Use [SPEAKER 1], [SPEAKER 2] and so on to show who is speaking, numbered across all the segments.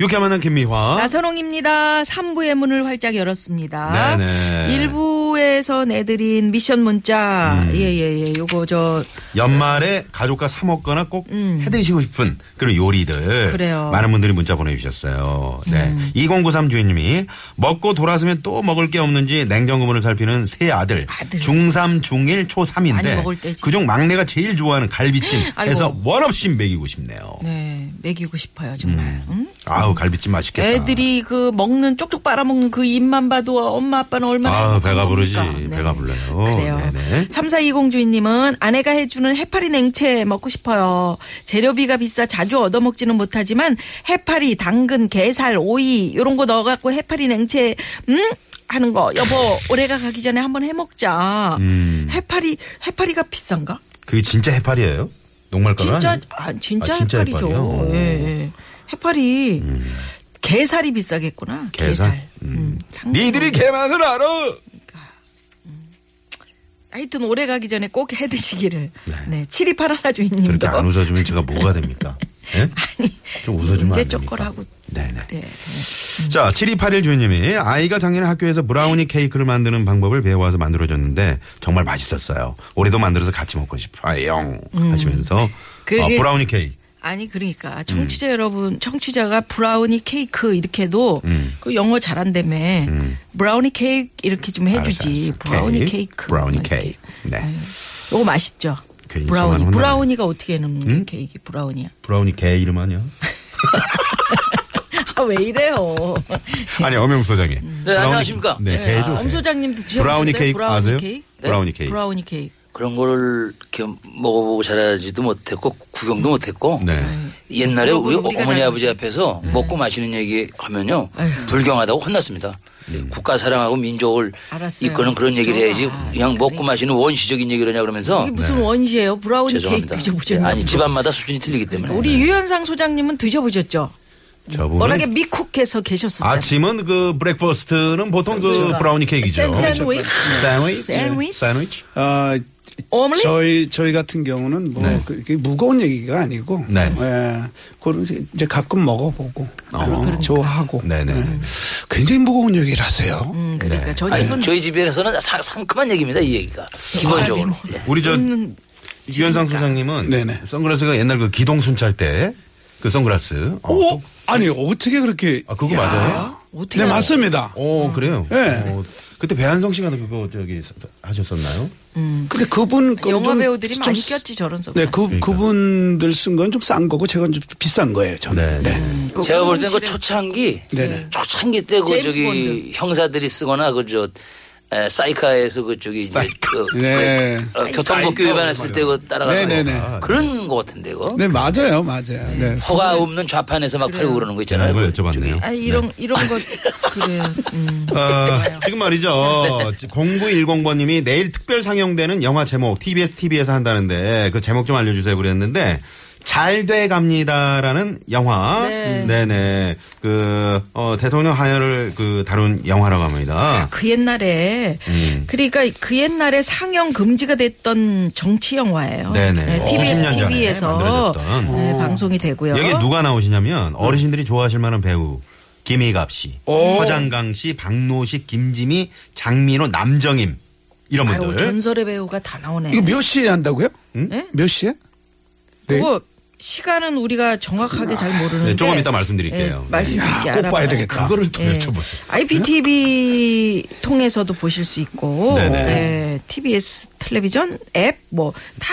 [SPEAKER 1] 유쾌만한 김미화.
[SPEAKER 2] 나선홍입니다. 3부의 문을 활짝 열었습니다.
[SPEAKER 1] 네네.
[SPEAKER 2] 1부에서 내드린 미션 문자.
[SPEAKER 1] 음.
[SPEAKER 2] 예, 예, 예. 요거 저
[SPEAKER 1] 연말에 가족과 사 먹거나 꼭 해드시고 싶은 그런 요리들.
[SPEAKER 2] 음. 그래요. 음.
[SPEAKER 1] 많은 분들이 문자 보내주셨어요. 네. 2093 주인님이 먹고 돌아서면 또 먹을 게 없는지 냉장고 문을 살피는 세 아들.
[SPEAKER 2] 아들.
[SPEAKER 1] 중3, 중1,
[SPEAKER 2] 많이
[SPEAKER 1] 초3인데.
[SPEAKER 2] 먹을 때지.
[SPEAKER 1] 그중 막내가 제일 좋아하는 갈비찜
[SPEAKER 2] 아이고.
[SPEAKER 1] 해서 원없이 먹이고 싶네요.
[SPEAKER 2] 네, 먹이고 싶어요,
[SPEAKER 1] 음.
[SPEAKER 2] 정말. 응?
[SPEAKER 1] 아우, 갈비찜 맛있겠다.
[SPEAKER 2] 애들이 그 먹는 쪽쪽 빨아먹는 그 입만 봐도 엄마 아빠는 얼마나
[SPEAKER 1] 아,
[SPEAKER 2] 행복한
[SPEAKER 1] 배가 부르지.
[SPEAKER 2] 겁니까? 네.
[SPEAKER 1] 배가 불러요.
[SPEAKER 2] 그래요.
[SPEAKER 1] 어, 네네.
[SPEAKER 2] 3420 주인님은 아내가 해주는 해파리 냉채 먹고 싶어요. 재료비가 비싸 자주 얻어먹지는 못하지만 해파리, 당근, 게살, 오이 요런 거 넣어갖고 해파리 냉채 음 하는 거 여보 올해가 가기 전에 한번 해먹자.
[SPEAKER 1] 음.
[SPEAKER 2] 해파리 해파리가 비싼가?
[SPEAKER 1] 그게 진짜 해파리예요? 녹말가가
[SPEAKER 2] 진짜
[SPEAKER 1] 아니에요?
[SPEAKER 2] 아 진짜
[SPEAKER 1] 아, 진짜
[SPEAKER 2] 해파리죠.
[SPEAKER 1] 해파리요? 음.
[SPEAKER 2] 예, 예. 해파리 게살이 비싸겠구나.
[SPEAKER 1] 게살?
[SPEAKER 2] 음. 당-
[SPEAKER 1] 니들이 개맛을 알아.
[SPEAKER 2] 하여튼 올해 가기 전에 꼭 해드시기를. 네. 칠이 팔 하나 주인님도.
[SPEAKER 1] 그렇게 안 웃어주면 제가 뭐가 됩니까? 예?
[SPEAKER 2] 아니.
[SPEAKER 1] 좀 웃어주면
[SPEAKER 2] 문제
[SPEAKER 1] 안 됩니까?
[SPEAKER 2] 쪼꼬라고.
[SPEAKER 1] 네네.
[SPEAKER 2] 네.
[SPEAKER 1] 자, 7281 주인님이 아이가 작년에 학교에서
[SPEAKER 2] 네.
[SPEAKER 1] 브라우니 케이크를 만드는 방법을 배워와서 만들어줬는데 정말 맛있었어요. 올해도 만들어서 같이 먹고 싶어요. 하시면서
[SPEAKER 2] 음. 그게-
[SPEAKER 1] 어, 브라우니 케이크.
[SPEAKER 2] 아니 그러니까 청취자 여러분, 청취자가 브라우니 케이크 이렇게 해도
[SPEAKER 1] 음.
[SPEAKER 2] 그 영어 잘한다며 브라우니 케이크 이렇게 좀 해주지.
[SPEAKER 1] 알았어, 알았어.
[SPEAKER 2] 브라우니
[SPEAKER 1] 케이크,
[SPEAKER 2] 케이크.
[SPEAKER 1] 브라우니
[SPEAKER 2] 막 이렇게.
[SPEAKER 1] 케이크. 네.
[SPEAKER 2] 요거 맛있죠.
[SPEAKER 1] 괜히 저만
[SPEAKER 2] 브라우니.
[SPEAKER 1] 혼나네. 음?
[SPEAKER 2] 브라우니가 어떻게 해놓는 게 케이크 브라우니야.
[SPEAKER 1] 브라우니 개 이름 아니야?
[SPEAKER 2] 아 왜 이래요?
[SPEAKER 1] 아니, 엄영 소장님.
[SPEAKER 3] 네, 안녕하십니까.
[SPEAKER 1] 네,
[SPEAKER 3] 네,
[SPEAKER 1] 개죠.
[SPEAKER 2] 엄
[SPEAKER 1] 개.
[SPEAKER 2] 소장님도 아, 드셔보셨어요?
[SPEAKER 1] 브라우니 케이크
[SPEAKER 2] 브라우니
[SPEAKER 1] 아세요?
[SPEAKER 2] 케이크? 네?
[SPEAKER 1] 브라우니 케이크.
[SPEAKER 2] 브라우니 케이크.
[SPEAKER 3] 그런 거를 이렇게 먹어보고 자라지도 못했고 구경도 못했고
[SPEAKER 1] 네.
[SPEAKER 3] 옛날에
[SPEAKER 2] 그러고
[SPEAKER 3] 우리
[SPEAKER 2] 우리가
[SPEAKER 3] 어머니
[SPEAKER 2] 잘
[SPEAKER 3] 아버지 앞에서 먹고 마시는 얘기 하면요
[SPEAKER 2] 아휴.
[SPEAKER 3] 불경하다고 혼났습니다. 국가 사랑하고 민족을
[SPEAKER 2] 알았어요.
[SPEAKER 3] 이끄는 그런 얘기를 해야지
[SPEAKER 2] 아,
[SPEAKER 3] 그냥 먹고 마시는 원시적인 얘기를 하냐 그러면서
[SPEAKER 1] 어,
[SPEAKER 3] 네.
[SPEAKER 1] 네.
[SPEAKER 2] 이게 무슨 원시예요? 브라우니
[SPEAKER 3] 죄송합니다.
[SPEAKER 2] 케이크 드셔보셨나요?
[SPEAKER 3] 아니 집안마다 수준이 틀리기 때문에
[SPEAKER 1] 네.
[SPEAKER 2] 우리 유현상 소장님은 드셔보셨죠? 워낙에
[SPEAKER 1] 저분은
[SPEAKER 2] 미쿡해서 계셨었잖아요.
[SPEAKER 1] 아침은 그 브렉퍼스트는 보통 그 브라우니 케이크죠.
[SPEAKER 2] 그러니까.
[SPEAKER 1] 그렇죠.
[SPEAKER 2] 샌- 샌드위치.
[SPEAKER 1] 샌드위치.
[SPEAKER 2] 샌드위치.
[SPEAKER 1] 샌드위치.
[SPEAKER 4] 아,
[SPEAKER 2] 오믈렛?
[SPEAKER 4] 저희 저희 같은 경우는 뭐
[SPEAKER 1] 네.
[SPEAKER 4] 그게 무거운 얘기가 아니고
[SPEAKER 1] 네.
[SPEAKER 4] 예, 그런 이제 가끔 먹어보고
[SPEAKER 1] 어,
[SPEAKER 4] 그런
[SPEAKER 1] 그러니까.
[SPEAKER 4] 좋아하고
[SPEAKER 1] 네네.
[SPEAKER 4] 예. 굉장히 무거운 얘기를 하세요.
[SPEAKER 2] 음, 그러니까
[SPEAKER 1] 네.
[SPEAKER 2] 저
[SPEAKER 3] 아니,
[SPEAKER 2] 집은 아, 네,
[SPEAKER 3] 저희 집에서는 사- 상큼한 얘기입니다 이 얘기가 기본적으로 예.
[SPEAKER 1] 우리 저
[SPEAKER 2] 음,
[SPEAKER 1] 유현상 소장님은
[SPEAKER 4] 네네.
[SPEAKER 1] 선글라스가 옛날 그 기동순 찰때그 선글라스. 어,
[SPEAKER 4] 오,
[SPEAKER 1] 또-
[SPEAKER 4] 아니 어떻게 그렇게?
[SPEAKER 1] 아, 그거 맞아요?
[SPEAKER 2] 어떻게
[SPEAKER 4] 네
[SPEAKER 2] 알아요?
[SPEAKER 4] 맞습니다.
[SPEAKER 1] 어 그래요.
[SPEAKER 4] 네.
[SPEAKER 1] 어, 그때 배한성 씨가 그거 저기 하셨었나요?
[SPEAKER 4] 근데 그분
[SPEAKER 2] 음. 아,
[SPEAKER 4] 건
[SPEAKER 2] 영화
[SPEAKER 4] 좀-
[SPEAKER 2] 배우들이
[SPEAKER 4] 좀
[SPEAKER 2] 많이
[SPEAKER 4] 쓰-
[SPEAKER 2] 꼈지 저런 선글라스.
[SPEAKER 4] 네, 그 그분들 쓴 건 좀 싼 거고 제건 좀 비싼 거예요.
[SPEAKER 1] 네.
[SPEAKER 4] 저는. 네.
[SPEAKER 2] 그
[SPEAKER 3] 제가 볼 땐 그
[SPEAKER 2] 꽁치를-
[SPEAKER 3] 초창기
[SPEAKER 4] 네네.
[SPEAKER 3] 초창기 때 그
[SPEAKER 2] 제임스
[SPEAKER 3] 저기
[SPEAKER 2] 본드.
[SPEAKER 3] 형사들이 쓰거나 그 저 사이카에서 그 저기 이제 그
[SPEAKER 4] 네.
[SPEAKER 3] 어, 교통법규 위반했을 때 그 따라가는
[SPEAKER 4] 네네네.
[SPEAKER 3] 거. 그런 거 같은데 그
[SPEAKER 4] 네, 맞아요, 맞아요. 네.
[SPEAKER 3] 허가 없는 좌판에서 막 팔고 그러는 거 있잖아요.
[SPEAKER 1] 이걸
[SPEAKER 3] 그 저기.
[SPEAKER 1] 여쭤봤네요.
[SPEAKER 2] 아 이런 이런 거 그래요. 음.
[SPEAKER 1] 아, 지금 말이죠. 0910번님이 내일 특별 상영되는 영화 제목 TBS TV에서 한다는데 그 제목 좀 알려주세요 그랬는데 잘 돼갑니다라는 영화.
[SPEAKER 2] 네.
[SPEAKER 1] 네그 어, 대통령 하야를 그 다룬 영화라고 합니다.
[SPEAKER 2] 그 옛날에
[SPEAKER 1] 음.
[SPEAKER 2] 그러니까 그 옛날에 상영 금지가 됐던 정치 영화예요.
[SPEAKER 1] 네네.
[SPEAKER 2] 네,
[SPEAKER 1] 어,
[SPEAKER 2] TBS
[SPEAKER 1] 10년 전에
[SPEAKER 2] TV에서 네,
[SPEAKER 1] 만들어졌던.
[SPEAKER 2] 방송이 되고요.
[SPEAKER 1] 여기 누가 나오시냐면 어르신들이 좋아하실 만한 배우 김희갑 씨, 허장강 씨, 박노식, 김지미, 장민호, 남정임 이런
[SPEAKER 2] 아유,
[SPEAKER 1] 분들.
[SPEAKER 2] 전설의 배우가 다 나오네.
[SPEAKER 4] 이거 몇 시에 한다고요?
[SPEAKER 2] 네?
[SPEAKER 4] 몇 시에? 네.
[SPEAKER 2] 그거 시간은 우리가 정확하게 잘 모르는데
[SPEAKER 1] 네, 조금 이따 말씀드릴게요. 네.
[SPEAKER 2] 예, 말씀드릴게
[SPEAKER 4] 이야, 꼭 봐야 되겠다.
[SPEAKER 1] 그거를 또
[SPEAKER 2] 예.
[SPEAKER 1] 여쭤보세요.
[SPEAKER 2] IPTV 통해서도 보실 수 있고
[SPEAKER 1] 네네.
[SPEAKER 2] 예, TBS 텔레비전 앱 뭐 다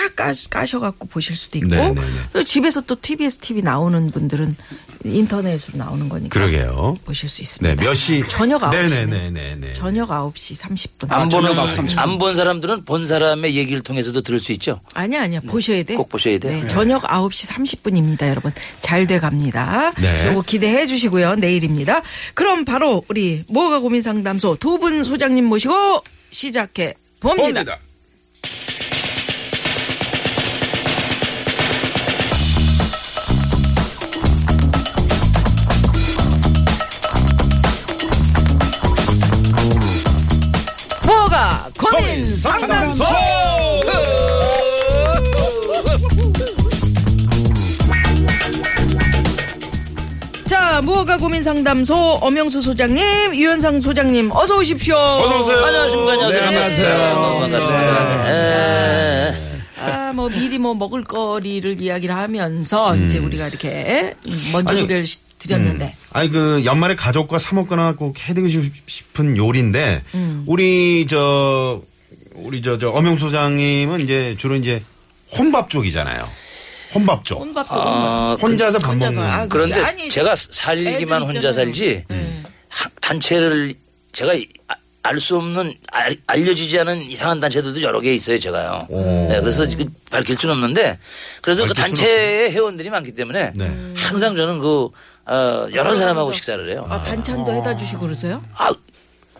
[SPEAKER 2] 까셔 갖고 보실 수도 있고
[SPEAKER 1] 네네네.
[SPEAKER 2] 또 집에서 또 TBS TV 나오는 분들은 인터넷으로 나오는 거니까.
[SPEAKER 1] 그러게요.
[SPEAKER 2] 보실 수 있습니다.
[SPEAKER 1] 네, 몇 시?
[SPEAKER 2] 저녁 9시.
[SPEAKER 1] 네네네네네.
[SPEAKER 2] 저녁 9시 30분.
[SPEAKER 3] 안
[SPEAKER 4] 저녁
[SPEAKER 3] 보는
[SPEAKER 4] 아홉 삼십 분.
[SPEAKER 3] 안 본 사람들은 본 사람의 얘기를 통해서도 들을 수 있죠.
[SPEAKER 2] 아니 아니요. 보셔야 돼.
[SPEAKER 3] 네. 꼭 보셔야 돼요.
[SPEAKER 2] 네,
[SPEAKER 3] 네.
[SPEAKER 2] 저녁 9시 30분입니다, 여러분. 잘 돼 갑니다.
[SPEAKER 1] 네.
[SPEAKER 2] 요거 기대해 주시고요. 내일입니다. 그럼 바로 우리 뭐가 고민 상담소 두 분 소장님 모시고 시작해 봅니다.
[SPEAKER 1] 봅니다.
[SPEAKER 2] 뭐가 고민 상담소. 자, 무허가 고민 상담소 엄영수 소장님, 유현상 소장님, 어서 오십시오.
[SPEAKER 1] 어서 오세요.
[SPEAKER 3] 안녕하십니까. 안녕하세요.
[SPEAKER 1] 네, 안녕하세요.
[SPEAKER 3] 반갑습니다. 네.
[SPEAKER 2] 아, 뭐 미리 뭐 먹을거리를 이야기를 하면서 이제 우리가 이렇게 음, 먼저
[SPEAKER 1] 음. 아니,
[SPEAKER 2] 소개를 시- 드렸는데
[SPEAKER 1] 아니 그 연말에 가족과 사 먹거나 꼭 해드리고 싶- 싶은 요리인데
[SPEAKER 2] 음.
[SPEAKER 1] 우리 저 우리 저 저 엄영 소장님은 이제 주로 이제 혼밥 쪽이잖아요. 혼밥 쪽.
[SPEAKER 2] 혼밥도
[SPEAKER 3] 아,
[SPEAKER 1] 음. 혼자서 밥
[SPEAKER 2] 혼자가-
[SPEAKER 1] 먹는.
[SPEAKER 2] 아,
[SPEAKER 3] 그런데
[SPEAKER 2] 아니,
[SPEAKER 3] 제가
[SPEAKER 2] 애들
[SPEAKER 3] 살기만 혼자
[SPEAKER 2] 있잖아요. 음.
[SPEAKER 3] 살지
[SPEAKER 1] 음.
[SPEAKER 3] 하- 단체를 제가 아, 알 수 없는 알, 알려지지 않은 이상한 단체들도 여러 개 있어요 제가요. 네, 그래서 그 밝힐 수는 없는데 그래서
[SPEAKER 1] 밝힐 수는
[SPEAKER 3] 그 단체의 회원들이 많기 때문에
[SPEAKER 1] 네.
[SPEAKER 3] 항상 저는 그 어, 여러 사람하고
[SPEAKER 2] 그래서-
[SPEAKER 3] 식사를 해요.
[SPEAKER 2] 아, 반찬도 해다 주시고 그러세요?
[SPEAKER 3] 아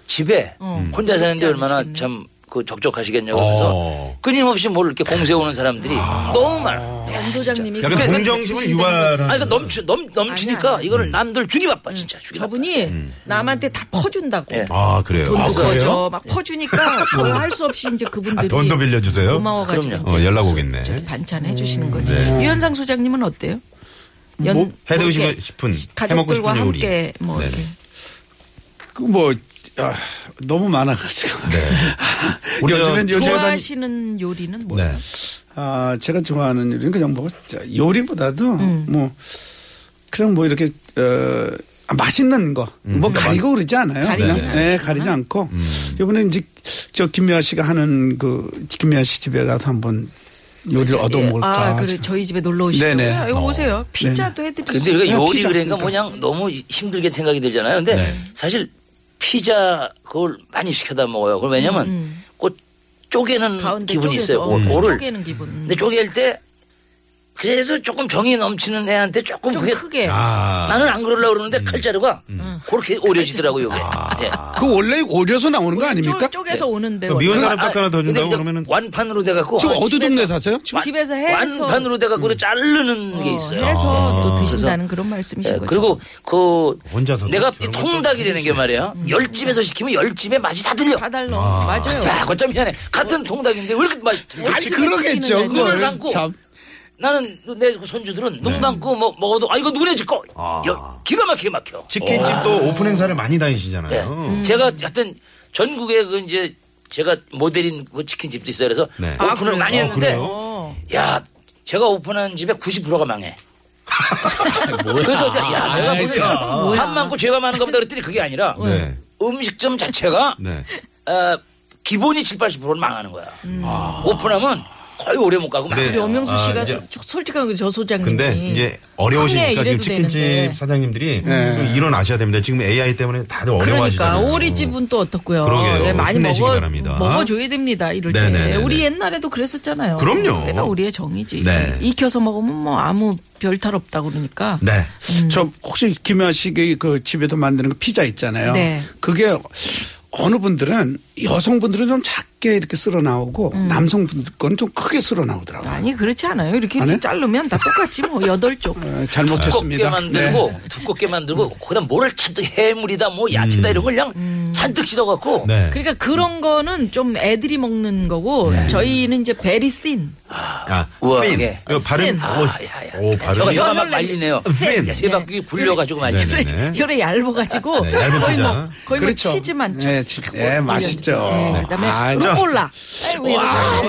[SPEAKER 3] 집에 혼자 사는데
[SPEAKER 2] 어. 그렇지
[SPEAKER 3] 얼마나
[SPEAKER 2] 않으시겠네.
[SPEAKER 3] 참 그 적적하시겠냐고 그래서
[SPEAKER 1] 어. 아.
[SPEAKER 3] 끊임없이 뭘 이렇게 공세 오는 사람들이 너무 많아요. 야,
[SPEAKER 2] 엄 소장님이
[SPEAKER 1] 약간
[SPEAKER 2] 그러니까
[SPEAKER 1] 동정심을
[SPEAKER 2] 드신다는 거죠.
[SPEAKER 3] 아니,
[SPEAKER 1] 유발하는.
[SPEAKER 3] 그러니까 넘치, 넘, 넘치니까
[SPEAKER 2] 아니야.
[SPEAKER 1] 음.
[SPEAKER 3] 이거를 남들 주기 바빠, 진짜. 주기 바빠.
[SPEAKER 2] 저분이 남한테 다 퍼준다고
[SPEAKER 3] 예.
[SPEAKER 1] 아 그래요.
[SPEAKER 2] 돈도
[SPEAKER 1] 아, 그래요? 음.
[SPEAKER 2] 퍼줘 막 퍼주니까 할 수 없이 이제 그분들이
[SPEAKER 1] 아, 돈도 빌려주세요?
[SPEAKER 2] 고마워가지고
[SPEAKER 3] 그럼요.
[SPEAKER 2] 이제
[SPEAKER 1] 어, 연락 오겠네. 음, 네.
[SPEAKER 2] 저기 반찬 해주시는 거지 유현상 소장님은 어때요?
[SPEAKER 4] 뭐
[SPEAKER 1] 해드리고
[SPEAKER 2] 이렇게
[SPEAKER 1] 싶은,
[SPEAKER 2] 시-
[SPEAKER 1] 해먹고 싶은
[SPEAKER 2] 가족들과
[SPEAKER 1] 요리.
[SPEAKER 2] 함께 뭐
[SPEAKER 1] 네네.
[SPEAKER 2] 이렇게
[SPEAKER 4] 그뭐 아, 너무 많아가지고.
[SPEAKER 1] 우리
[SPEAKER 4] 요즘엔 요새
[SPEAKER 2] 좋아하시는 요리는 뭐예요?
[SPEAKER 1] 네.
[SPEAKER 4] 아, 제가 좋아하는 요리는 그냥 뭐 자, 요리보다도
[SPEAKER 2] 음.
[SPEAKER 4] 뭐 그냥 뭐 이렇게 어 아, 맛있는 음. 거, 뭐 가리고 그러지 않아요.
[SPEAKER 2] 가리지 음.
[SPEAKER 4] 그냥. 네, 가리지 않고. 이번에 이제 저 김미아 씨가 하는 그 김미아 씨 집에 가서 한번 요리를 얻어
[SPEAKER 2] 예,
[SPEAKER 4] 먹을까.
[SPEAKER 2] 아, 그래 저희 집에 놀러
[SPEAKER 4] 네네.
[SPEAKER 2] 오시고요. 어. 이거
[SPEAKER 1] 어.
[SPEAKER 2] 오세요. 피자도
[SPEAKER 3] 근데
[SPEAKER 2] 해드리고.
[SPEAKER 3] 우리가
[SPEAKER 4] 그냥
[SPEAKER 3] 요리
[SPEAKER 4] 피자,
[SPEAKER 3] 그러니까
[SPEAKER 4] 그러니까.
[SPEAKER 3] 뭐냥 너무 힘들게 생각이 들잖아요. 근데
[SPEAKER 1] 네.
[SPEAKER 3] 사실 피자 그걸 많이 시켜다 먹어요. 그럼 왜냐면 그 쪼개는
[SPEAKER 2] 음, 가운데
[SPEAKER 3] 기분이
[SPEAKER 2] 쪼개서
[SPEAKER 3] 있어요.
[SPEAKER 2] 음.
[SPEAKER 3] 그거를.
[SPEAKER 2] 쪼개는 기분. 음.
[SPEAKER 3] 근데 쪼갤 때 그래도 조금 정이 넘치는 애한테 조금
[SPEAKER 2] 좀
[SPEAKER 3] 그게
[SPEAKER 2] 크게.
[SPEAKER 1] 아. 음.
[SPEAKER 3] 나는 안 그러려고 그러는데 칼자루가 그렇게 오려지더라고요. 이게.
[SPEAKER 1] 아.
[SPEAKER 3] 네.
[SPEAKER 4] 그 원래 오려서 나오는 거 아닙니까?
[SPEAKER 2] 쪼, 개서 오는데.
[SPEAKER 1] 네. 그 미운
[SPEAKER 2] 원래.
[SPEAKER 1] 사람 딱 하나 더
[SPEAKER 3] 아, 근데
[SPEAKER 1] 준다고
[SPEAKER 3] 이제
[SPEAKER 1] 그러면은
[SPEAKER 3] 완판으로 돼갖고
[SPEAKER 4] 지금 어디 동네 사세요? 지금
[SPEAKER 2] 집에서 해서.
[SPEAKER 3] 완판으로 돼갖고 자르는 게
[SPEAKER 2] 어,
[SPEAKER 3] 있어요.
[SPEAKER 2] 해서
[SPEAKER 1] 아,
[SPEAKER 2] 또 드신다는
[SPEAKER 3] 그래서-
[SPEAKER 2] 그런 말씀이신
[SPEAKER 3] 예,
[SPEAKER 2] 거죠.
[SPEAKER 3] 그리고 그
[SPEAKER 1] 혼자서도
[SPEAKER 3] 내가 이
[SPEAKER 1] 저런 것도
[SPEAKER 3] 통닭이라는 게 말이야. 열 집에서 시키면 열 집의 맛이 다 들려.
[SPEAKER 2] 다 달라.
[SPEAKER 1] 아.
[SPEAKER 2] 맞아요.
[SPEAKER 3] 야, 거참 미안해. 같은 통닭인데 왜 이렇게 맛이 들려?
[SPEAKER 4] 아니, 그러겠죠.
[SPEAKER 2] 시키는
[SPEAKER 3] 눈을
[SPEAKER 4] 그걸
[SPEAKER 3] 감고
[SPEAKER 4] 참.
[SPEAKER 3] 나는 내 손주들은 눈 감고 뭐 먹어도 아 이거 눈에 지고
[SPEAKER 1] 아.
[SPEAKER 3] 여- 기가 막히게 막혀.
[SPEAKER 1] 치킨집도 오픈 행사를 많이
[SPEAKER 2] 네.
[SPEAKER 3] 예.
[SPEAKER 1] 다니시잖아요. 음.
[SPEAKER 2] 음.
[SPEAKER 3] 제가 하여튼 전국에 그 이제 제가 모델인 그 치킨집도 있어요. 그래서
[SPEAKER 1] 네.
[SPEAKER 2] 아,
[SPEAKER 3] 오픈을
[SPEAKER 2] 그래요?
[SPEAKER 3] 많이
[SPEAKER 1] 아,
[SPEAKER 3] 했는데
[SPEAKER 1] 그래요?
[SPEAKER 2] 어.
[SPEAKER 3] 야, 제가 오픈한 집에 90%가 망해. 그래서 이제 야, 내가
[SPEAKER 4] 아이, 참.
[SPEAKER 3] 보기엔 밥 많고 죄가 많은 것보다 그랬더니 그게 아니라
[SPEAKER 1] 네.
[SPEAKER 3] 음식점 자체가
[SPEAKER 1] 네.
[SPEAKER 3] 어, 기본이 7, 80%는 망하는 거야. 아. 오픈하면 거의 오래 못 가고
[SPEAKER 1] 음. 아. 네.
[SPEAKER 2] 우리
[SPEAKER 3] 망해요.
[SPEAKER 2] 엄영수
[SPEAKER 1] 아,
[SPEAKER 2] 씨가
[SPEAKER 1] 이제-
[SPEAKER 2] 소- 솔직한 거저 소장님이.
[SPEAKER 1] 근데 이제
[SPEAKER 2] 형에
[SPEAKER 1] 어려우시니까 지금
[SPEAKER 2] 네. 이래도
[SPEAKER 1] 치킨집
[SPEAKER 2] 되는데.
[SPEAKER 1] 사장님들이
[SPEAKER 2] 네.
[SPEAKER 1] 좀 일어나셔야 됩니다. 지금 AI 때문에 다들
[SPEAKER 2] 그러니까
[SPEAKER 1] 어려워하시잖아요. 음.
[SPEAKER 2] 오리집은 또 어떻고요.
[SPEAKER 1] 그러게요.
[SPEAKER 2] 예, 많이
[SPEAKER 1] 힘내시기
[SPEAKER 2] 먹어
[SPEAKER 1] 바랍니다.
[SPEAKER 2] 먹어줘야 됩니다. 이럴
[SPEAKER 1] 네네네네.
[SPEAKER 2] 때 우리 옛날에도 그랬었잖아요.
[SPEAKER 1] 그럼요.
[SPEAKER 2] 그게 다 우리의 정이지.
[SPEAKER 1] 네.
[SPEAKER 2] 익혀서 먹으면 뭐 아무 별탈 없다 그러니까.
[SPEAKER 1] 네.
[SPEAKER 4] 저 혹시 김현 씨의 그 집에서 만드는 그 피자 있잖아요.
[SPEAKER 2] 네.
[SPEAKER 4] 그게 어느 분들은 여성분들은 좀 작게 이렇게 쓸어 나오고 남성분들 건 좀 크게 쓸어 나오더라고요.
[SPEAKER 2] 음. 아니 그렇지 않아요. 이렇게
[SPEAKER 4] 안 해?
[SPEAKER 2] 자르면 다 똑같지 뭐 여덟 쪽.
[SPEAKER 4] 어,
[SPEAKER 3] 두껍게
[SPEAKER 4] 잘못했습니다.
[SPEAKER 3] 만들고
[SPEAKER 1] 네.
[SPEAKER 3] 두껍게 만들고 거기다 뭐를 잔뜩 해물이다 뭐 야채다 이런 걸 그냥 잔뜩 씻어갖고
[SPEAKER 1] 음. 네.
[SPEAKER 2] 그러니까 그런 거는 좀 애들이 먹는 거고 저희는 이제 베리 씬.
[SPEAKER 1] 아,
[SPEAKER 3] 우와,
[SPEAKER 1] 핀.
[SPEAKER 3] 예.
[SPEAKER 1] 이거 발음.
[SPEAKER 2] 핀.
[SPEAKER 1] 오,
[SPEAKER 3] 아, 야, 야.
[SPEAKER 1] 오, 발음.
[SPEAKER 3] 혀가,
[SPEAKER 1] 이
[SPEAKER 3] 혀가 막 말리네요.
[SPEAKER 1] 핀.
[SPEAKER 3] 세 바퀴 굴려가지고 말리네.
[SPEAKER 1] 네, 네.
[SPEAKER 2] 요래 얇아가지고
[SPEAKER 1] 네, 얇은
[SPEAKER 2] 거의
[SPEAKER 1] 피자.
[SPEAKER 2] 뭐 거의
[SPEAKER 4] 그렇죠.
[SPEAKER 2] 뭐 치즈만.
[SPEAKER 4] 네,
[SPEAKER 2] 쭉
[SPEAKER 4] 치-
[SPEAKER 2] 쭉
[SPEAKER 4] 네,
[SPEAKER 2] 올려서.
[SPEAKER 4] 맛있죠.
[SPEAKER 2] 네,
[SPEAKER 4] 네.
[SPEAKER 2] 그다음에
[SPEAKER 4] 아, 저-
[SPEAKER 2] 루꼴라. 아이고,
[SPEAKER 4] 와,
[SPEAKER 2] 이렇게.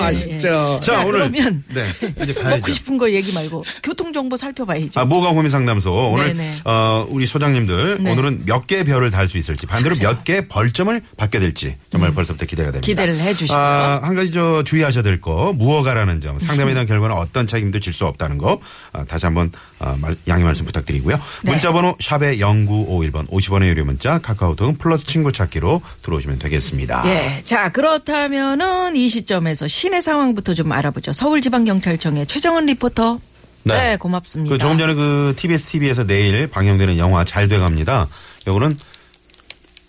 [SPEAKER 1] 자,
[SPEAKER 4] 맛있죠.
[SPEAKER 2] 자,
[SPEAKER 1] 오늘.
[SPEAKER 2] 그러면
[SPEAKER 1] 네. 이제
[SPEAKER 2] 먹고
[SPEAKER 1] 가야죠.
[SPEAKER 2] 싶은 거 얘기 말고 교통 정보 살펴봐야죠.
[SPEAKER 1] 아, 뭐가 고민 상담소. 오늘,
[SPEAKER 2] 네네.
[SPEAKER 1] 어, 우리 소장님들,
[SPEAKER 2] 네.
[SPEAKER 1] 오늘은 몇 개 별을 달 수 있을지, 반대로 몇 개 벌점을 받게 될지 정말 벌써부터 기대가 됩니다.
[SPEAKER 2] 기대를 해주시고요.
[SPEAKER 1] 아, 한 가지 저 주의하셔야 될 거, 무허가라는 점, 상담에 대한 결과는 어떤 책임도 질 수 없다는 거, 아, 다시 한번 아, 말- 양해 말씀 부탁드리고요.
[SPEAKER 2] 네.
[SPEAKER 1] 문자번호 샵의 0951번 50원의 유료 문자, 카카오톡은 플러스 친구 찾기로 들어오시면 되겠습니다.
[SPEAKER 2] 예. 자, 그렇다면은 이 시점에서 시내 상황부터 좀 알아보죠. 서울지방경찰청의 최정은 리포터. 네, 고맙습니다.
[SPEAKER 1] 그 조금 전에 그 TBS TV에서 내일 방영되는 영화 잘 돼갑니다. 요거는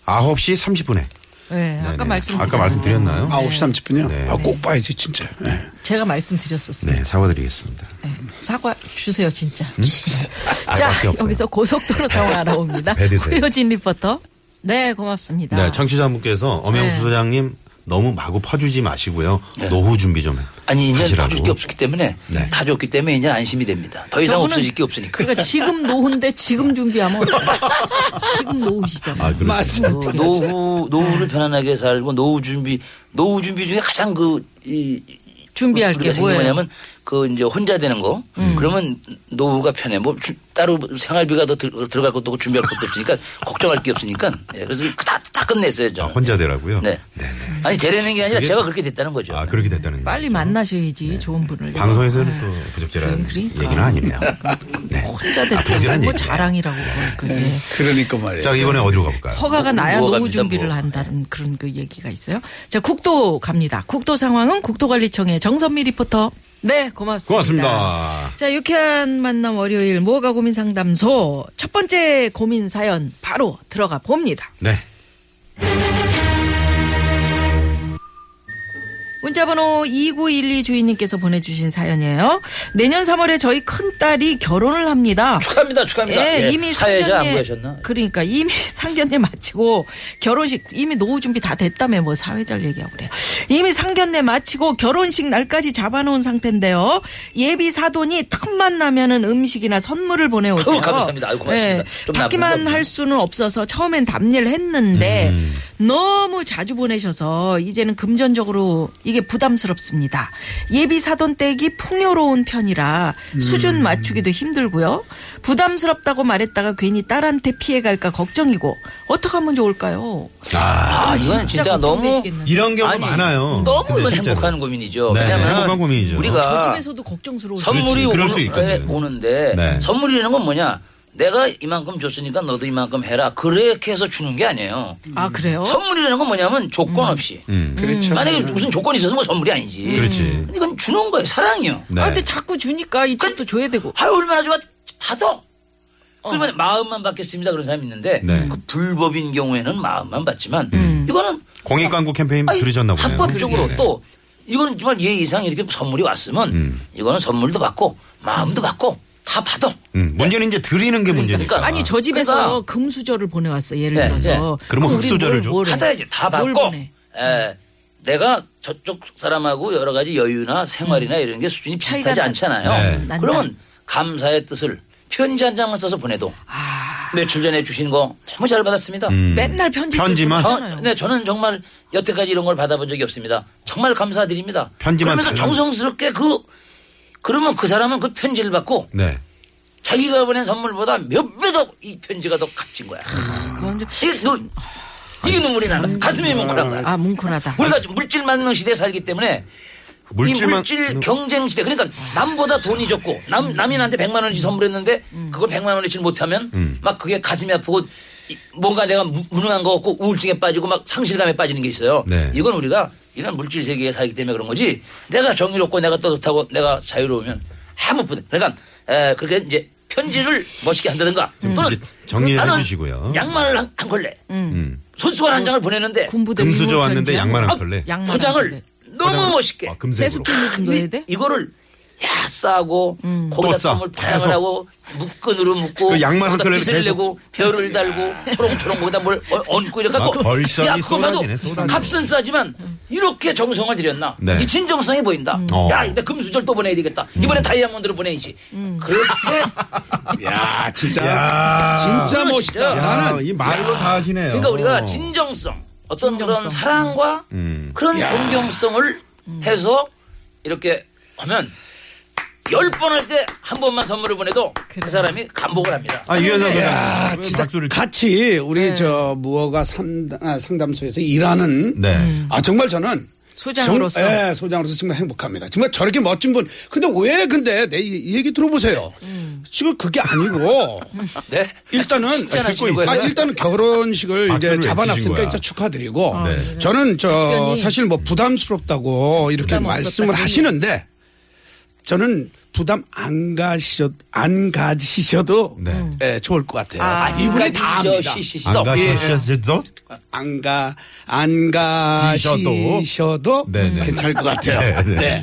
[SPEAKER 1] 9시 30분에.
[SPEAKER 2] 네, 아까 말씀드렸
[SPEAKER 1] 아까 말씀드렸나요?
[SPEAKER 4] 9시 30분이요?
[SPEAKER 1] 네.
[SPEAKER 4] 아, 꼭 봐야지, 진짜. 네.
[SPEAKER 2] 제가 말씀드렸었습니다.
[SPEAKER 1] 네, 사과드리겠습니다.
[SPEAKER 2] 사과 주세요, 진짜.
[SPEAKER 1] 음?
[SPEAKER 2] 자,
[SPEAKER 1] 알밖에 아, 없어요.
[SPEAKER 2] 여기서 고속도로 상황 알아봅니다.
[SPEAKER 1] 배 드세요.
[SPEAKER 2] 고효진 리포터. 네, 고맙습니다.
[SPEAKER 1] 네, 청취자분께서 엄영수
[SPEAKER 2] 네.
[SPEAKER 1] 소장님 너무 마구 퍼주지 마시고요. 노후 준비 좀 해.
[SPEAKER 3] 네. 아니 이제
[SPEAKER 1] 하시라고.
[SPEAKER 3] 다 줄 게 없었기 때문에
[SPEAKER 1] 네.
[SPEAKER 3] 다 줬기 때문에 이제 안심이 됩니다. 더 이상
[SPEAKER 2] 저분은-
[SPEAKER 3] 없어질 게 없으니까.
[SPEAKER 2] 그러니까 지금 노후인데 지금 준비하면 어떡해. 지금 노후시잖아요.
[SPEAKER 1] 아, 그렇죠.
[SPEAKER 4] 맞아요.
[SPEAKER 3] 그 노후 노후를 편안하게 살고 노후 준비 노후 준비 중에 가장 그이
[SPEAKER 2] 준비할 게 뭐예요? 음.
[SPEAKER 3] 뭐냐면 그 이제 혼자 되는 거 그러면 노후가 편해 뭐 주- 따로 생활비가 더 들, 들어갈 것도 없고 준비할 것도 없으니까 걱정할 게 없으니까 예, 그래서 다, 다 끝냈어요 저
[SPEAKER 1] 아, 혼자 되라고요?
[SPEAKER 3] 네.
[SPEAKER 1] 네네.
[SPEAKER 3] 아니 되려는 게 아니라
[SPEAKER 1] 그게-
[SPEAKER 3] 제가 그렇게 됐다는 거죠
[SPEAKER 1] 아, 그렇게 됐다는
[SPEAKER 2] 빨리
[SPEAKER 1] 얘기죠.
[SPEAKER 2] 만나셔야지 좋은 분을.
[SPEAKER 1] 네.
[SPEAKER 2] 네.
[SPEAKER 1] 방송에서는 또 부적절한
[SPEAKER 2] 그러니까.
[SPEAKER 1] 얘기는 아니네요. 네.
[SPEAKER 2] 혼자
[SPEAKER 1] 아, 부적절한
[SPEAKER 2] 대통령 뭐
[SPEAKER 1] 얘기네요.
[SPEAKER 2] 자랑이라고 그걸 그게.
[SPEAKER 4] 그러니까 말이에요.
[SPEAKER 1] 자, 이번에 어디로 가볼까요?
[SPEAKER 2] 허가가 나야
[SPEAKER 3] 뭐가
[SPEAKER 2] 노후
[SPEAKER 3] 갑니다,
[SPEAKER 2] 준비를
[SPEAKER 3] 뭐.
[SPEAKER 2] 한다는 그런 그 얘기가 있어요. 자, 국도 갑니다. 국도 상황은 국도관리청의 정선미 리포터. 네, 고맙습니다.
[SPEAKER 1] 고맙습니다.
[SPEAKER 2] 자, 유쾌한 만남 월요일 무허가 고민 상담소 첫 번째 고민 사연 바로 들어가 봅니다.
[SPEAKER 1] 네.
[SPEAKER 2] 문자번호 2912 주인님께서 보내주신 사연이에요. 내년 3월에 저희 큰 딸이 결혼을 합니다.
[SPEAKER 3] 축하합니다 축하합니다
[SPEAKER 2] 예,
[SPEAKER 3] 예,
[SPEAKER 2] 이미
[SPEAKER 3] 사회자 안
[SPEAKER 2] 상견례-
[SPEAKER 3] 구하셨나
[SPEAKER 2] 그러니까 이미 상견례 마치고 결혼식 이미 노후 준비 다 됐다며 뭐 사회자를 얘기하고 그래요. 이미 상견례 마치고 결혼식 날까지 잡아놓은 상태인데요. 예비 사돈이 틈만 나면은 음식이나 선물을 보내오세요. 네.
[SPEAKER 3] 어우, 감사합니다. 아유, 고맙습니다. 좀
[SPEAKER 2] 받기만
[SPEAKER 3] 나쁜가 음.
[SPEAKER 2] 할 수는 없어서 처음엔 답례를 했는데 너무 자주 보내셔서 이제는 금전적으로 이게 부담스럽습니다. 예비 사돈 댁이 풍요로운 편이라
[SPEAKER 3] 음.
[SPEAKER 2] 수준 맞추기도 힘들고요. 부담스럽다고 말했다가 괜히 딸한테 피해갈까 걱정이고 어떻게 하면 좋을까요?
[SPEAKER 1] 아,
[SPEAKER 3] 아, 이건
[SPEAKER 2] 진짜
[SPEAKER 3] 진짜 너무
[SPEAKER 2] 걱정되시겠는데.
[SPEAKER 1] 이런 경우
[SPEAKER 3] 아니,
[SPEAKER 1] 많아요.
[SPEAKER 3] 너무
[SPEAKER 1] 근데
[SPEAKER 3] 이건
[SPEAKER 1] 실제로.
[SPEAKER 3] 행복한 고민이죠.
[SPEAKER 1] 네,
[SPEAKER 3] 왜냐면
[SPEAKER 1] 행복한 고민이죠.
[SPEAKER 3] 우리가
[SPEAKER 2] 저 집에서도 걱정스러워.
[SPEAKER 3] 선물이
[SPEAKER 1] 그렇지, 그럴 수
[SPEAKER 3] 오는,
[SPEAKER 1] 있거든요.
[SPEAKER 3] 오는데
[SPEAKER 1] 네.
[SPEAKER 3] 선물이라는 건 뭐냐? 내가 이만큼 줬으니까 너도 이만큼 해라. 그렇게 해서 주는 게 아니에요.
[SPEAKER 2] 아 그래요?
[SPEAKER 3] 선물이라는 건 뭐냐면 조건 없이.
[SPEAKER 1] 어? 음.
[SPEAKER 4] 그렇죠.
[SPEAKER 3] 만약에 무슨 조건이 있어서 뭐 선물이 아니지.
[SPEAKER 1] 그렇지.
[SPEAKER 3] 근데 이건 주는 거예요. 사랑이요.
[SPEAKER 1] 네.
[SPEAKER 2] 아 근데 자꾸 주니까 이쪽도 줘야 되고.
[SPEAKER 3] 아유 얼마나 좋아 받아.
[SPEAKER 1] 어.
[SPEAKER 3] 그러면 마음만 받겠습니다 그런 사람이 있는데
[SPEAKER 1] 네.
[SPEAKER 3] 그 불법인 경우에는 마음만 받지만 이거는
[SPEAKER 1] 공익 광고 캠페인
[SPEAKER 3] 아니,
[SPEAKER 1] 들으셨나 보네요.
[SPEAKER 3] 합법적으로
[SPEAKER 1] 네네.
[SPEAKER 3] 또 이거는 정말 예 이상 이렇게 선물이 왔으면
[SPEAKER 1] 음.
[SPEAKER 3] 이거는 선물도 받고 마음도 받고 다 받아.
[SPEAKER 1] 음, 문제는 이제 드리는 게 문제니까.
[SPEAKER 3] 그러니까.
[SPEAKER 2] 아니 저 집에서
[SPEAKER 3] 그러니까.
[SPEAKER 2] 금수저를 보내왔어 예를
[SPEAKER 3] 네,
[SPEAKER 2] 들어서
[SPEAKER 1] 네. 그러면
[SPEAKER 2] 그럼 우리
[SPEAKER 1] 흙수저를
[SPEAKER 2] 뭘-
[SPEAKER 1] 줘?
[SPEAKER 2] 뭘 해?
[SPEAKER 3] 받아야지 다
[SPEAKER 2] 뭘
[SPEAKER 3] 받고.
[SPEAKER 2] 보내?
[SPEAKER 3] 에, 내가 저쪽 사람하고 여러 가지 여유나 생활이나 이런 게 수준이
[SPEAKER 2] 음. 차이가
[SPEAKER 3] 비슷하지
[SPEAKER 2] 나-
[SPEAKER 3] 않잖아요.
[SPEAKER 1] 네.
[SPEAKER 3] 그러면 감사의 뜻을 편지 한 장만 써서 보내도
[SPEAKER 2] 아.
[SPEAKER 3] 며칠 전에 주신 거 너무 잘 받았습니다.
[SPEAKER 1] 음.
[SPEAKER 2] 맨날 편지 쓸
[SPEAKER 1] 편지만?
[SPEAKER 2] 수는
[SPEAKER 3] 저,
[SPEAKER 2] 없잖아요.
[SPEAKER 3] 네, 저는 정말 여태까지 이런 걸 받아본 적이 없습니다. 정말 감사드립니다.
[SPEAKER 1] 편지만
[SPEAKER 3] 그러면서
[SPEAKER 1] 달라는-
[SPEAKER 3] 정성스럽게 그 그러면 그 사람은 그 편지를 받고
[SPEAKER 1] 네.
[SPEAKER 3] 자기가 보낸 선물보다 몇배더이 편지가 더 값진 거야.
[SPEAKER 2] 그건 좀-
[SPEAKER 3] 이게, 누, 이게 눈물이 나. 가슴이 뭉클한 거야.
[SPEAKER 2] 아 뭉클하다.
[SPEAKER 3] 우리가 지금 물질 만능 시대에 살기 때문에 이
[SPEAKER 1] 물질만-
[SPEAKER 3] 물질 경쟁 시대 그러니까 남보다 돈이 적고 남 남이 나한테 100만 원씩 선물했는데 그걸 100만 원씩 못하면
[SPEAKER 1] 음.
[SPEAKER 3] 막 그게 가슴이 아프고 이- 뭔가 내가 무- 무능한 거 같고 우울증에 빠지고 막 상실감에 빠지는 게 있어요.
[SPEAKER 1] 네.
[SPEAKER 3] 이건 우리가 이런 물질 세계에 살기 때문에 그런 거지. 내가 정의롭고 내가 따뜻하고 내가 자유로우면 아무 분 그러니까 에, 그렇게 이제 편지를 멋있게 한다든가 또는
[SPEAKER 1] 이제 정리해
[SPEAKER 3] 나는
[SPEAKER 1] 주시고요. 음.
[SPEAKER 3] 양말을 한, 한 걸레 손수건 한 장을 보내는데
[SPEAKER 2] 군부대
[SPEAKER 1] 금수저 왔는데 양말
[SPEAKER 3] 아,
[SPEAKER 1] 한 걸레.
[SPEAKER 2] 양말 한
[SPEAKER 3] 포장을
[SPEAKER 2] 걸레.
[SPEAKER 3] 너무
[SPEAKER 1] 포장-
[SPEAKER 3] 멋있게
[SPEAKER 1] 아, 금색으로.
[SPEAKER 2] 세수핀을 정도 네? 해야 돼?
[SPEAKER 3] 이, 거를야 싸고
[SPEAKER 1] 또
[SPEAKER 3] 거기다
[SPEAKER 1] 싸. 계속.
[SPEAKER 3] 쌈을 포장을 하고 묶끈으로 묶고
[SPEAKER 1] 그 양말 한
[SPEAKER 3] 거기다
[SPEAKER 1] 걸레를
[SPEAKER 3] 빗을
[SPEAKER 1] 계속. 음.
[SPEAKER 3] 내고 벼를 달고 초롱초롱 거기다 뭘 얹- 얹고 이렇게
[SPEAKER 1] 아,
[SPEAKER 3] 하고
[SPEAKER 1] 벌점이
[SPEAKER 3] 야 그거 봐도
[SPEAKER 1] 쏟아지네, 쏟아지네.
[SPEAKER 3] 값은 싸지만 이렇게 정성을 들였나
[SPEAKER 1] 네.
[SPEAKER 3] 이 진정성이 보인다
[SPEAKER 1] 어. 음.
[SPEAKER 3] 야 근데 금수저를 또 보내야 되겠다 이번엔 다이아몬드로 보내야지 그렇게
[SPEAKER 4] 야, 진짜. 진짜
[SPEAKER 3] 이거 음.
[SPEAKER 4] 멋있다.
[SPEAKER 3] 진짜.
[SPEAKER 4] 나는
[SPEAKER 1] 야, 아, 이 말로 다 하시네요. 어.
[SPEAKER 3] 그러니까
[SPEAKER 4] 어.
[SPEAKER 3] 우리가 진정성 음. 어떤 그런 사랑과
[SPEAKER 1] 음.
[SPEAKER 3] 그런 존경성을 해서 이렇게 하면 열 번 할 때 한 번만 선물을 보내도 그 사람이 감복을 합니다.
[SPEAKER 1] 아, 유현상
[SPEAKER 4] 야,
[SPEAKER 1] 소장님.
[SPEAKER 4] 진짜
[SPEAKER 2] 그
[SPEAKER 1] 박수를.
[SPEAKER 4] 그 같이 우리
[SPEAKER 2] 네.
[SPEAKER 4] 저 무허가 상담, 아, 상담소에서 일하는
[SPEAKER 1] 네. 음.
[SPEAKER 4] 아 정말 저는
[SPEAKER 2] 소장으로서.
[SPEAKER 4] 정, 예, 소장으로서 정말 행복합니다. 정말 저렇게 멋진 분. 근데 왜 근데 내 이 얘기 들어보세요.
[SPEAKER 2] 음.
[SPEAKER 4] 지금 그게 아니고
[SPEAKER 3] 네.
[SPEAKER 4] 일단은
[SPEAKER 3] 칭찬 하시는
[SPEAKER 4] 아,
[SPEAKER 3] 거예요?
[SPEAKER 4] 일단은 결혼식을 이제
[SPEAKER 1] 박수를 외치신
[SPEAKER 4] 잡아놨으니까
[SPEAKER 1] 거야.
[SPEAKER 4] 일단 축하드리고
[SPEAKER 3] 아,
[SPEAKER 1] 네.
[SPEAKER 4] 저는 저
[SPEAKER 2] 답변이
[SPEAKER 4] 사실 뭐 부담스럽다고 이렇게
[SPEAKER 2] 부담
[SPEAKER 4] 말씀을
[SPEAKER 2] 없었다.
[SPEAKER 4] 하시는데 저는 부담 안 가시셔 안 가지셔도
[SPEAKER 1] 네. 음.
[SPEAKER 4] 예, 좋을 것 같아요. 이분이
[SPEAKER 3] 그러니까
[SPEAKER 4] 다
[SPEAKER 3] 저
[SPEAKER 4] 압니다.
[SPEAKER 3] 시- 시- 시-
[SPEAKER 1] 안
[SPEAKER 3] 덕. 예.
[SPEAKER 1] 가셨어도?
[SPEAKER 4] 안 가, 안
[SPEAKER 1] 지셔도.
[SPEAKER 4] 가시셔도
[SPEAKER 1] 네네.
[SPEAKER 4] 괜찮을 것
[SPEAKER 1] 네,
[SPEAKER 4] 같아요. 네.
[SPEAKER 1] 네.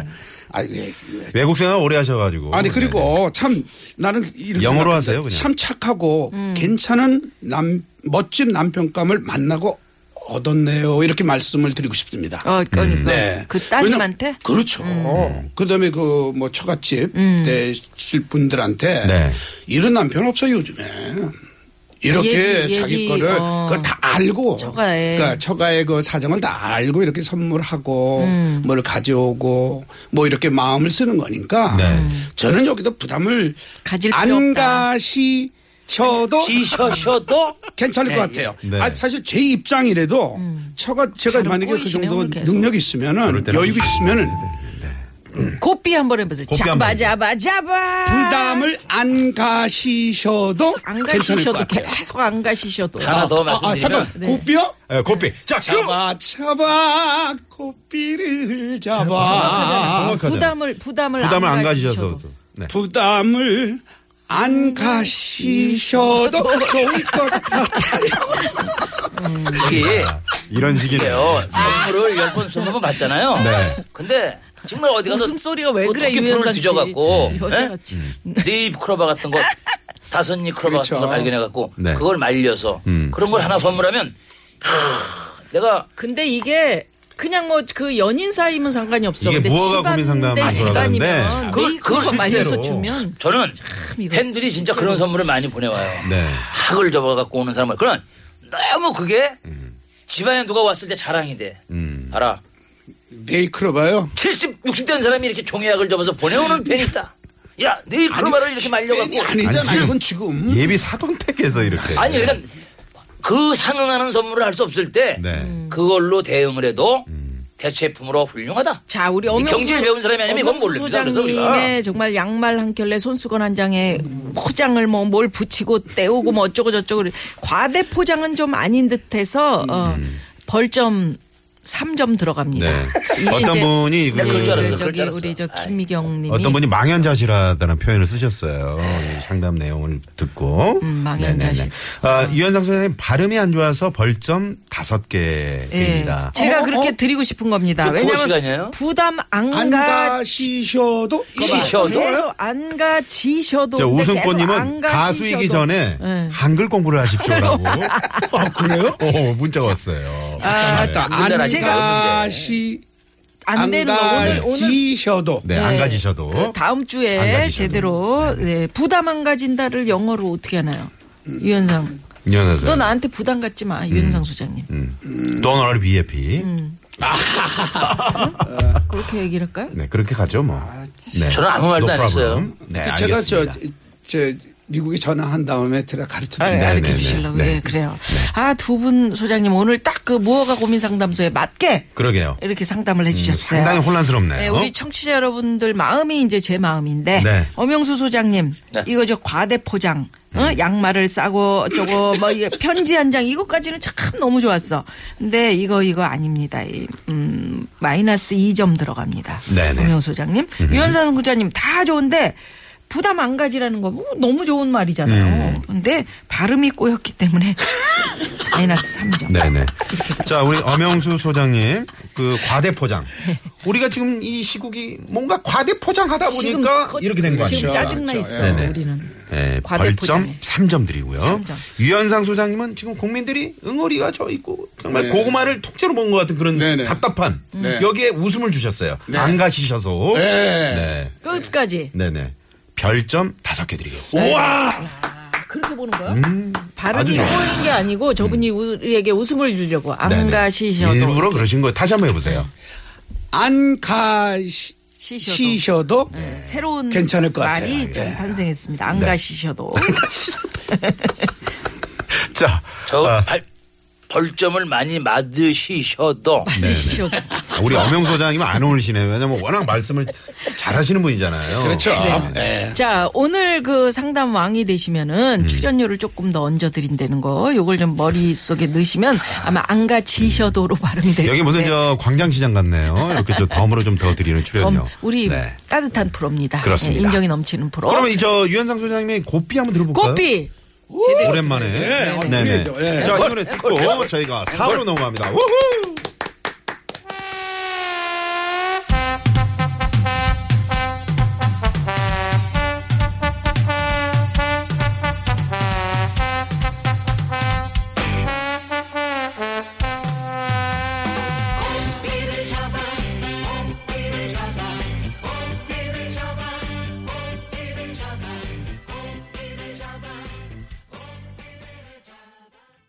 [SPEAKER 4] 아, 예, 예.
[SPEAKER 1] 외국 생활 오래 하셔가지고.
[SPEAKER 4] 아니
[SPEAKER 1] 네.
[SPEAKER 4] 그리고 참 나는 이렇게
[SPEAKER 1] 영어로
[SPEAKER 4] 생각합니다.
[SPEAKER 1] 하세요, 그냥.
[SPEAKER 4] 참 착하고 괜찮은 남 멋진 남편감을 만나고 얻었네요 이렇게 말씀을 드리고 싶습니다.
[SPEAKER 2] 어,
[SPEAKER 1] 음.
[SPEAKER 2] 그러니까
[SPEAKER 4] 네.
[SPEAKER 2] 그 따님한테
[SPEAKER 4] 왜냐면- 그렇죠. 그다음에 그 뭐 처갓집
[SPEAKER 2] 음.
[SPEAKER 4] 되실 분들한테
[SPEAKER 1] 네.
[SPEAKER 4] 이런 남편 없어요 요즘에. 이렇게
[SPEAKER 2] 아, 얘기,
[SPEAKER 4] 자기
[SPEAKER 2] 얘기,
[SPEAKER 4] 거를
[SPEAKER 2] 어.
[SPEAKER 4] 그걸 다 알고
[SPEAKER 2] 처가에.
[SPEAKER 4] 그러니까 처가의 그 사정을 다 알고 이렇게 선물하고
[SPEAKER 2] 음.
[SPEAKER 4] 뭘 가져오고 뭐 이렇게 마음을 쓰는 거니까
[SPEAKER 1] 네.
[SPEAKER 4] 저는 여기도 부담을
[SPEAKER 2] 음. 가질 필요
[SPEAKER 4] 안
[SPEAKER 2] 없다.
[SPEAKER 4] 가시셔도
[SPEAKER 3] 지셔셔도
[SPEAKER 4] 괜찮을 것
[SPEAKER 3] 예,
[SPEAKER 4] 같아요.
[SPEAKER 1] 네.
[SPEAKER 4] 아, 사실 제 입장이라도
[SPEAKER 2] 음.
[SPEAKER 4] 처가 제가
[SPEAKER 2] 다들
[SPEAKER 4] 만약에 그
[SPEAKER 2] 꼬이시네,
[SPEAKER 4] 정도
[SPEAKER 2] 오늘 계속.
[SPEAKER 4] 능력이 있으면은
[SPEAKER 1] 저럴 때는
[SPEAKER 4] 여유가 있으면은
[SPEAKER 2] 고삐 한번 해보세요.
[SPEAKER 1] 고삐
[SPEAKER 2] 잡아,
[SPEAKER 1] 한번.
[SPEAKER 2] 잡아, 잡아.
[SPEAKER 4] 부담을 안 가시셔도
[SPEAKER 2] 안
[SPEAKER 4] 괜찮을 것
[SPEAKER 2] 가시셔도 네.
[SPEAKER 4] 같아요.
[SPEAKER 2] 계속 안 가시셔도.
[SPEAKER 3] 하나 더 말씀드리면
[SPEAKER 4] 아, 잠깐 고삐요?
[SPEAKER 1] 에, 네. 예, 고삐. 자, 큐!
[SPEAKER 4] 잡아 잡아 고삐를 잡아
[SPEAKER 1] 정확하잖아요.
[SPEAKER 2] 부담을 부담을,
[SPEAKER 1] 부담을 안
[SPEAKER 2] 가지셔도.
[SPEAKER 1] 가지셔서. 네.
[SPEAKER 4] 부담을
[SPEAKER 2] 음.
[SPEAKER 4] 안 가시셔도 좋을 것 같아요.
[SPEAKER 3] 이게
[SPEAKER 4] 아.
[SPEAKER 1] 아, 이런 식이네요.
[SPEAKER 3] 그래요. 선물을 열 번 스무 번 받잖아요.
[SPEAKER 1] 네.
[SPEAKER 3] 근데 정말 어디 가서
[SPEAKER 2] 웃음소리가 왜 그래,
[SPEAKER 3] 토끼 풀을
[SPEAKER 2] 유현상 씨.
[SPEAKER 3] 뒤져갖고
[SPEAKER 2] 여자같이. 음.
[SPEAKER 3] 네잎 크로바 같은 거 다섯잎 크로바
[SPEAKER 4] 그렇죠.
[SPEAKER 3] 같은 거 발견해갖고
[SPEAKER 1] 네.
[SPEAKER 3] 그걸 말려서
[SPEAKER 1] 음.
[SPEAKER 3] 그런 걸 하나 선물하면 크, 내가
[SPEAKER 2] 근데 이게 그냥 뭐 그 연인 사이면 상관이 없어.
[SPEAKER 1] 이게
[SPEAKER 2] 근데
[SPEAKER 1] 무허가
[SPEAKER 2] 집안
[SPEAKER 1] 고민 상담
[SPEAKER 2] 내
[SPEAKER 1] 돌아가는데
[SPEAKER 2] 집안이면
[SPEAKER 3] 그걸-
[SPEAKER 2] 그걸 그거
[SPEAKER 3] 그걸
[SPEAKER 2] 말려서
[SPEAKER 1] 실제로.
[SPEAKER 2] 주면
[SPEAKER 3] 저는
[SPEAKER 2] 이거
[SPEAKER 3] 팬들이 진짜 그런 선물을 많이 보내와요.
[SPEAKER 1] 네.
[SPEAKER 3] 학을 접어갖고 오는 사람을 그런 너무 그게 집안에 누가 왔을 때 자랑이 돼.
[SPEAKER 1] 음.
[SPEAKER 3] 알아. 음.
[SPEAKER 4] 네이크로봐요.
[SPEAKER 3] 70, 60대 된 사람이 이렇게 종이학을 접어서 보내오는 팬이 있다. 야, 네잎 크로바를 이렇게 말려갖고
[SPEAKER 4] 팬이 아니잖아요.
[SPEAKER 1] 아니,
[SPEAKER 4] 이건 지금
[SPEAKER 1] 예비 사동택에서 이렇게.
[SPEAKER 3] 아니 그러니까 그 상응하는 선물을 할 수 없을 때
[SPEAKER 1] 네. 음.
[SPEAKER 3] 그걸로 대응을 해도 대체품으로 훌륭하다.
[SPEAKER 2] 자 우리
[SPEAKER 3] 이
[SPEAKER 2] 엄영수
[SPEAKER 3] 경제를 배운 사람이 아니면 이건
[SPEAKER 2] 엄영수
[SPEAKER 3] 모릅니다. 그래서 우리가.
[SPEAKER 2] 소장님의 정말 양말 한 켤레 손수건 한 장에 포장을 뭐 뭘 붙이고 떼우고 뭐 어쩌고 저쩌고 그래. 과대 포장은 좀 아닌 듯해서 어, 벌점 3점 들어갑니다.
[SPEAKER 1] 음. 네.
[SPEAKER 2] 이게
[SPEAKER 1] 어떤
[SPEAKER 2] 이제
[SPEAKER 1] 분이 그-
[SPEAKER 3] 네, 그럴 줄 알았어, 그럴
[SPEAKER 2] 저기
[SPEAKER 3] 줄 알았어.
[SPEAKER 2] 우리 저
[SPEAKER 3] 아이.
[SPEAKER 2] 김미경님이
[SPEAKER 1] 어떤 분이 망연자실하다는 표현을 쓰셨어요. 이 상담 내용을 듣고.
[SPEAKER 2] 음, 망연자실.
[SPEAKER 1] 네네네. 아, 유현상 선생님 발음이 안 좋아서 벌점 다섯 개
[SPEAKER 2] 예.
[SPEAKER 1] 드립니다.
[SPEAKER 2] 제가 그렇게 드리고 싶은 겁니다.
[SPEAKER 3] 그 구호 어, 시간이에요?
[SPEAKER 2] 왜냐하면 부담
[SPEAKER 4] 안
[SPEAKER 2] 안 가.
[SPEAKER 4] 가시셔도
[SPEAKER 2] 음.
[SPEAKER 3] 가시셔도?
[SPEAKER 2] 네. 계속 안 가지셔도
[SPEAKER 1] 자,
[SPEAKER 2] 근데 그러니까 계속
[SPEAKER 1] 우승권님은
[SPEAKER 2] 안
[SPEAKER 1] 가수이기
[SPEAKER 2] 가지셔도.
[SPEAKER 1] 전에
[SPEAKER 2] 네.
[SPEAKER 1] 한글 공부를 하십시오라고. 아, 그래요? 어, 문자 왔어요.
[SPEAKER 2] 아,
[SPEAKER 4] 맞다. 아, 안
[SPEAKER 3] 제가-
[SPEAKER 4] 가시
[SPEAKER 2] 안 되는 거 오늘 오늘
[SPEAKER 4] 가시셔도
[SPEAKER 1] 네, 안 가지셔도.
[SPEAKER 2] 그 다음
[SPEAKER 1] 안
[SPEAKER 2] 주에
[SPEAKER 1] 가지셔도.
[SPEAKER 2] 제대로 네, 부담 안 가진다를 영어로 어떻게 하나요? 유현상.
[SPEAKER 1] 유현상
[SPEAKER 2] 너
[SPEAKER 1] 선생님.
[SPEAKER 2] 나한테 부담 갖지 마,
[SPEAKER 1] 음.
[SPEAKER 2] 유현상 소장님.
[SPEAKER 1] Don't worry, be happy.
[SPEAKER 2] 음. 그렇게 얘기를 할까요?
[SPEAKER 1] 네, 그렇게 가죠, 뭐.
[SPEAKER 2] 아,
[SPEAKER 1] 네.
[SPEAKER 3] 저는 아무 말도
[SPEAKER 1] No
[SPEAKER 3] 안
[SPEAKER 1] problem.
[SPEAKER 3] 했어요.
[SPEAKER 1] 네,
[SPEAKER 4] 제가 저,
[SPEAKER 1] 알겠습니다.
[SPEAKER 4] 저 미국에 전화한 다음에 제가 가르쳐
[SPEAKER 2] 알-
[SPEAKER 4] 드립니다.
[SPEAKER 1] 네,
[SPEAKER 2] 알려
[SPEAKER 1] 네,
[SPEAKER 2] 주시려고.
[SPEAKER 1] 네, 네.
[SPEAKER 2] 예, 그래요. 아, 두 분 소장님 오늘 딱 그 무허가 고민 상담소에 맞게
[SPEAKER 1] 그러게요. 음,
[SPEAKER 2] 이렇게 상담을 해 주셨어요.
[SPEAKER 1] 상당히 혼란스럽네요.
[SPEAKER 2] 네, 우리 청취자 여러분들 마음이 이제 제 마음인데
[SPEAKER 1] 네.
[SPEAKER 2] 엄영수 소장님
[SPEAKER 3] 네.
[SPEAKER 2] 이거 저 과대 포장 어?
[SPEAKER 1] 음.
[SPEAKER 2] 양말을 싸고 어쩌고 뭐 이게 편지 한 장 이거까지는 참 너무 좋았어. 근데 이거 이거 아닙니다. 이, 음, 마이너스 2점 들어갑니다.
[SPEAKER 1] 네네. 음.
[SPEAKER 2] 엄영수 소장님, 유현상 구자님 다 좋은데. 부담 안 가지라는 거 뭐, 너무 좋은 말이잖아요.
[SPEAKER 1] 음.
[SPEAKER 2] 근데 발음이 꼬였기 때문에 마이너스 3점.
[SPEAKER 1] 네네. 자, 우리 엄영수 소장님, 그 과대포장. 우리가 지금 이 시국이 뭔가 과대포장하다
[SPEAKER 2] 지금
[SPEAKER 1] 보니까
[SPEAKER 2] 거-
[SPEAKER 1] 이렇게 된 거 아니에요? 그렇죠.
[SPEAKER 2] 지금 짜증나 있어
[SPEAKER 1] 네네.
[SPEAKER 2] 우리는.
[SPEAKER 1] 네,
[SPEAKER 2] 과대포장에.
[SPEAKER 1] 벌점 3점 드리고요.
[SPEAKER 2] 삼 점.
[SPEAKER 1] 유현상 소장님은 지금 국민들이 응어리가 져 있고 정말
[SPEAKER 4] 네.
[SPEAKER 1] 고구마를 통째로 먹은 것 같은 그런
[SPEAKER 4] 네네.
[SPEAKER 1] 답답한 여기에 웃음을 주셨어요.
[SPEAKER 4] 네.
[SPEAKER 1] 안 가시셔서
[SPEAKER 4] 네.
[SPEAKER 2] 끝까지.
[SPEAKER 1] 네. 네 별점 5개 드리겠습니다.
[SPEAKER 4] 네. 우와!
[SPEAKER 2] 아, 그렇게 보는 거야? 발음이
[SPEAKER 1] 아주
[SPEAKER 2] 꼬
[SPEAKER 1] 좋아요. 음.
[SPEAKER 2] 인게 아니고 저분이 우리에게 웃음을 주려고 안
[SPEAKER 1] 네네.
[SPEAKER 2] 가시셔도
[SPEAKER 1] 일부러 그러신 거예요. 다시 한번 해보세요.
[SPEAKER 4] 안 가시
[SPEAKER 2] 시셔도. 네.
[SPEAKER 4] 쉬셔도
[SPEAKER 2] 새로운
[SPEAKER 4] 괜찮을 것 같아요.
[SPEAKER 2] 말이 참
[SPEAKER 4] 예.
[SPEAKER 2] 탄생했습니다.
[SPEAKER 1] 네.
[SPEAKER 2] 안 가시셔도. 네.
[SPEAKER 1] 자,
[SPEAKER 3] 저
[SPEAKER 1] 아,
[SPEAKER 3] 발, 벌점을 많이 맞으시셔도
[SPEAKER 2] 시셔도.
[SPEAKER 1] 우리 엄영 소장님은 안 어울리시네요. 왜냐면 워낙 말씀을 잘하시는 분이잖아요. 네.
[SPEAKER 4] 그렇죠.
[SPEAKER 2] 어, 자, 오늘 그 상담 왕이 되시면은
[SPEAKER 1] 음.
[SPEAKER 2] 출연료를 조금 더 얹어드린다는 거, 요걸 좀 머릿속에 넣으시면 아마 안 가치셔도로 발음이 될
[SPEAKER 1] 여기 무슨
[SPEAKER 2] 텐데.
[SPEAKER 1] 저 광장시장 같네요. 이렇게 저 덤으로 좀 더 드리는 출연료.
[SPEAKER 2] 그럼 우리
[SPEAKER 1] 네.
[SPEAKER 2] 따뜻한 프로입니다.
[SPEAKER 1] 그렇습니다.
[SPEAKER 2] 예, 인정이 넘치는 프로. 어?
[SPEAKER 1] 그러면 이 그? 저 유현상 소장님의 고삐 한번 들어볼까요?
[SPEAKER 2] 고삐!
[SPEAKER 1] 오랜만에.
[SPEAKER 4] 네, 네,
[SPEAKER 1] 네네.
[SPEAKER 4] 네. 네.
[SPEAKER 1] 자, 이 노래 듣고 저희가 4부로 넘어갑니다. 우후!